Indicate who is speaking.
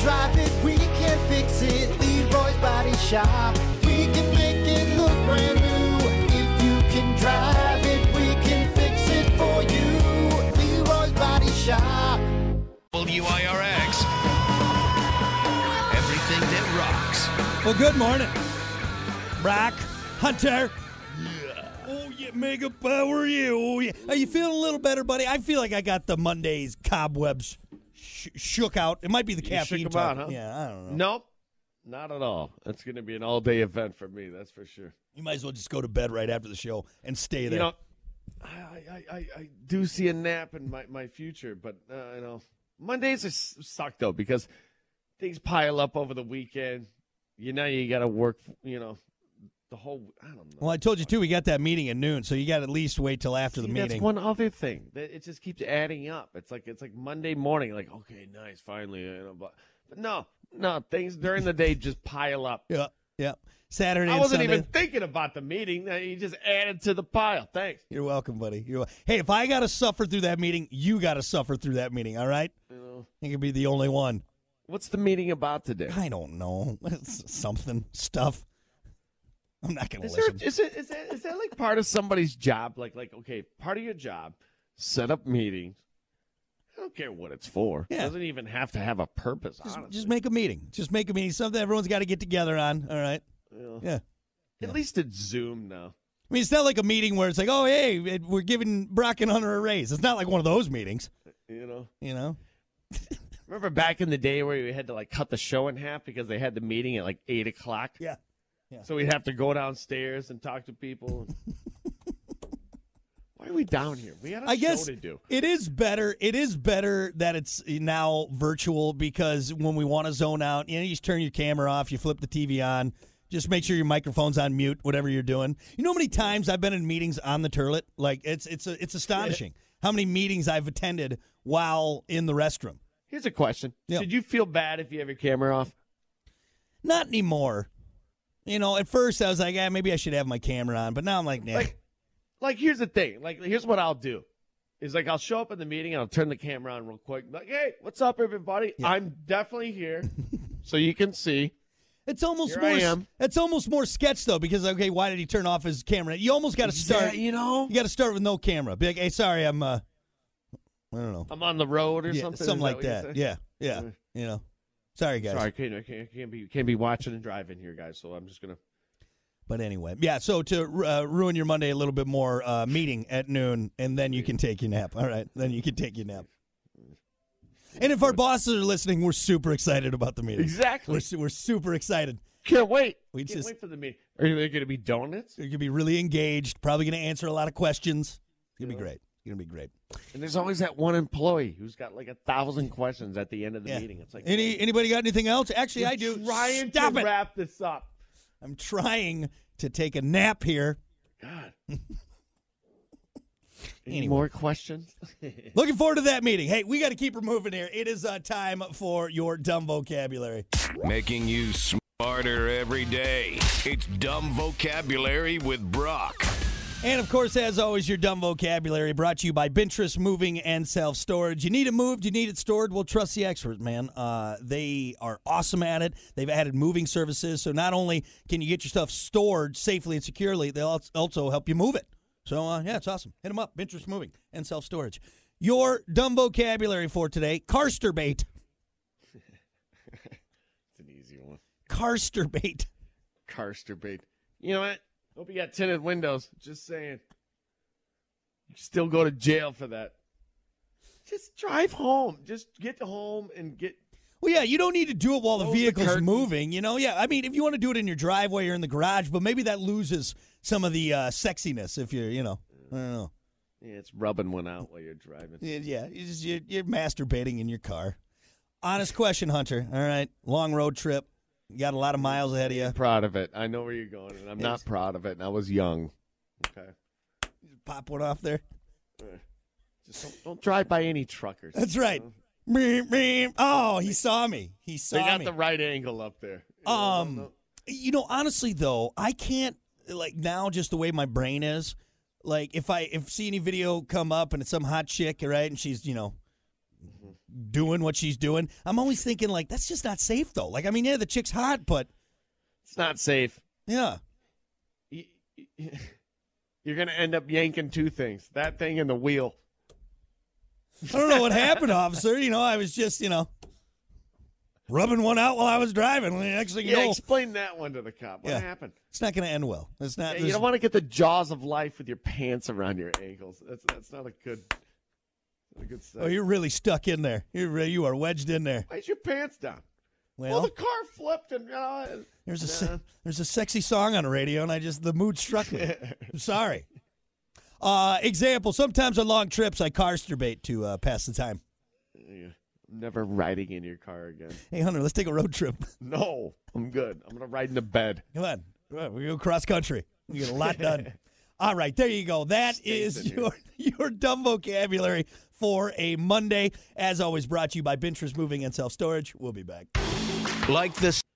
Speaker 1: drive it, we can fix it. Leroy's Body Shop. We can make it look brand new. If you can drive it, we can fix it for you. Leroy's Body Shop.
Speaker 2: WIRX. Everything that rocks.
Speaker 3: Well, good morning, Rock Hunter. Oh yeah, Mega Power. Yeah, oh yeah. Are you feeling a little better, buddy? I feel like I got the Monday's cobwebs sh- shook out. It might be the
Speaker 4: You shook
Speaker 3: caffeine.
Speaker 4: 'em out,
Speaker 3: talking.
Speaker 4: huh?
Speaker 3: Yeah, I don't know.
Speaker 4: Nope, not at all. That's going to be an all-day event for me. That's for sure.
Speaker 3: You might as well just go to bed right after the show and stay there.
Speaker 4: You know, I, I, I, I do see a nap in my, my future, but uh, you know, Mondays are s- suck though because things pile up over the weekend. You know, you got to work. You know, the whole. I don't know.
Speaker 3: well, I told you too. We got that meeting at noon, so you got to at least wait till after the
Speaker 4: See,
Speaker 3: meeting.
Speaker 4: That's one other thing. That it just keeps adding up. It's like it's like Monday morning. Like okay, nice, finally. You know, but, but no, no, things during the day just pile up.
Speaker 3: yeah, yeah. Saturday.
Speaker 4: I
Speaker 3: and
Speaker 4: wasn't
Speaker 3: Sunday.
Speaker 4: even thinking about the meeting. Uh, You just added to the pile. Thanks.
Speaker 3: You're welcome, buddy. You're wel- hey, if I got to suffer through that meeting, you got to suffer through that meeting. All right,
Speaker 4: You know,
Speaker 3: you can be the only one.
Speaker 4: what's the meeting about today?
Speaker 3: I don't know. Something stuff. I'm not gonna
Speaker 4: Is there
Speaker 3: listen.
Speaker 4: is it is that is that like part of somebody's job? Like like okay, part of your job, set up meetings. I don't care what it's for.
Speaker 3: Yeah.
Speaker 4: It doesn't even have to have a purpose.
Speaker 3: just,
Speaker 4: honestly.
Speaker 3: just make a meeting. Just make a meeting. Something everyone's got to get together on. All right.
Speaker 4: You know.
Speaker 3: Yeah.
Speaker 4: At least it's Zoom now.
Speaker 3: I mean, it's not like a meeting where it's like, oh, hey, it- we're giving Brock and Hunter a raise. It's not like one of those meetings,
Speaker 4: You know.
Speaker 3: you know?
Speaker 4: Remember back in the day where we had to like cut the show in half because they had the meeting at like eight o'clock.
Speaker 3: Yeah.
Speaker 4: So we'd have to go downstairs and talk to people. Why are we down here? We had a
Speaker 3: I
Speaker 4: show
Speaker 3: guess
Speaker 4: to do.
Speaker 3: it is better. It is better that it's now virtual because when we want to zone out, you know, you just turn your camera off, you flip the TV on, just make sure your microphone's on mute, whatever you're doing. You know how many times I've been in meetings on the toilet? Like it's it's it's astonishing how many meetings I've attended while in the restroom.
Speaker 4: Here's a question:
Speaker 3: Yeah.
Speaker 4: Did you feel bad if you have your camera off?
Speaker 3: Not anymore. You know, at first I was like, ah, maybe I should have my camera on, but now I'm like, nah.
Speaker 4: Like, like here's the thing. Like, here's what I'll do. Is like I'll show up in the meeting and I'll turn the camera on real quick. Like, hey, what's up, everybody? I'm definitely here, so you can see.
Speaker 3: it's almost
Speaker 4: here
Speaker 3: more.
Speaker 4: I am.
Speaker 3: It's almost more sketch though, because okay, why did he turn off his camera? You almost got to start.
Speaker 4: Yeah, you know,
Speaker 3: You got to start with no camera. Be like, hey, sorry, I'm. uh I don't know.
Speaker 4: I'm on the road or
Speaker 3: Yeah,
Speaker 4: something.
Speaker 3: something
Speaker 4: Is
Speaker 3: like
Speaker 4: what you're
Speaker 3: that.
Speaker 4: saying?
Speaker 3: Yeah, yeah.
Speaker 4: Mm.
Speaker 3: You know. Sorry, guys.
Speaker 4: Sorry, I can't, I can't, I can't be can't be watching and driving here, guys. So I'm just gonna.
Speaker 3: But anyway, yeah. So to uh, ruin your Monday a little bit more, uh, meeting at noon, and then you can take your nap. All right, then you can take your nap. And if our bosses are listening, we're super excited about the meeting.
Speaker 4: Exactly.
Speaker 3: We're, su- we're super excited.
Speaker 4: Can't wait.
Speaker 3: We
Speaker 4: can't
Speaker 3: just-
Speaker 4: wait for the meeting. Are there going to be donuts?
Speaker 3: You're gonna be really engaged. Probably gonna answer a lot of questions. It's gonna be great. It's gonna be great.
Speaker 4: And there's always that one employee who's got like a thousand questions at the end of the
Speaker 3: Yeah.
Speaker 4: meeting. It's like
Speaker 3: Any anybody got anything else? Actually, I do.
Speaker 4: Trying
Speaker 3: Stop
Speaker 4: to
Speaker 3: it.
Speaker 4: wrap this up.
Speaker 3: I'm trying to take a nap here.
Speaker 4: God.
Speaker 3: Anyway.
Speaker 4: Any more questions?
Speaker 3: Looking forward to that meeting. Hey, we got to keep her moving here. It is uh, time for your dumb vocabulary.
Speaker 2: Making you smarter every day. It's Dumb Vocabulary with Brock.
Speaker 3: And of course, as always, your dumb vocabulary brought to you by Bintress Moving and Self Storage. You need it moved, you need it stored. Well, trust the experts, man. Uh, they are awesome at it. They've added moving services, so not only can you get your stuff stored safely and securely, they'll als- also help you move it. So uh, yeah, it's awesome. Hit them up, Bintress Moving and Self Storage. Your dumb vocabulary for today: carsterbait.
Speaker 4: it's an easy one.
Speaker 3: Carsterbait.
Speaker 4: Carster bait. You know what? Hope you got tinted windows. Just saying. You still go to jail for that. Just drive home. Just get home and get
Speaker 3: Well, yeah, you don't need to do it while the
Speaker 4: Close the
Speaker 3: vehicle's
Speaker 4: curtain.
Speaker 3: moving. You know, yeah. I mean, if you want to do it in your driveway or in the garage, but maybe that loses some of the uh, sexiness if you're, you know, I don't know.
Speaker 4: Yeah, it's rubbing one out while you're driving.
Speaker 3: Yeah, yeah you just, you're, you're masturbating in your car. Honest question, Hunter. All right, long road trip. You got a lot of miles ahead of you.
Speaker 4: Proud of it. I know where you're going, and I'm not proud of it. And I was young. Okay.
Speaker 3: Pop one off there.
Speaker 4: Just don't, don't drive by any truckers.
Speaker 3: That's right. Meep, meep. Oh, he saw me. He saw
Speaker 4: Uh-huh. They got
Speaker 3: me.
Speaker 4: the right angle up there. You know,
Speaker 3: Um,
Speaker 4: no-
Speaker 3: you know, honestly though, I can't like now just the way my brain is. Like if I if see any video come up and it's some hot chick, right, and she's you know
Speaker 4: Mm-hmm.
Speaker 3: doing what she's doing. I'm always thinking like that's just not safe though. Like I mean, yeah, the chick's hot, but
Speaker 4: It's not safe.
Speaker 3: yeah,
Speaker 4: Y- y- You're going to end up yanking two things that thing and the wheel.
Speaker 3: I don't know what happened, officer. You know, I was just you know rubbing one out while I was driving. The next thing you
Speaker 4: Yeah,
Speaker 3: know,
Speaker 4: explain that one to the cop. What
Speaker 3: Yeah.
Speaker 4: happened?
Speaker 3: it's not going to end well. It's not.
Speaker 4: Yeah,
Speaker 3: there's-
Speaker 4: you don't want to get the jaws of life with your pants around your ankles. That's that's not a good, not a good sight.
Speaker 3: oh, you're really stuck in there. You're re- you are wedged in there.
Speaker 4: Why's your pants down? Well,
Speaker 3: Well,
Speaker 4: the car flipped and uh,
Speaker 3: there's a se-
Speaker 4: Nah.
Speaker 3: there's a sexy song on the radio, and I just the mood struck me. I'm sorry. Uh, example: Sometimes on long trips, I carsturbate to uh, pass the time.
Speaker 4: yeah, I'm never riding in your car again.
Speaker 3: Hey, Hunter, let's take a road trip.
Speaker 4: No, I'm good. I'm gonna ride in the bed.
Speaker 3: Come on. Come on. We go cross country. We get a lot done. All right, there you go. That
Speaker 4: Stinks
Speaker 3: is
Speaker 4: in here.
Speaker 3: your your dumb vocabulary for a Monday. As always, brought to you by Bintress Moving and Self Storage. We'll be back.
Speaker 2: Like the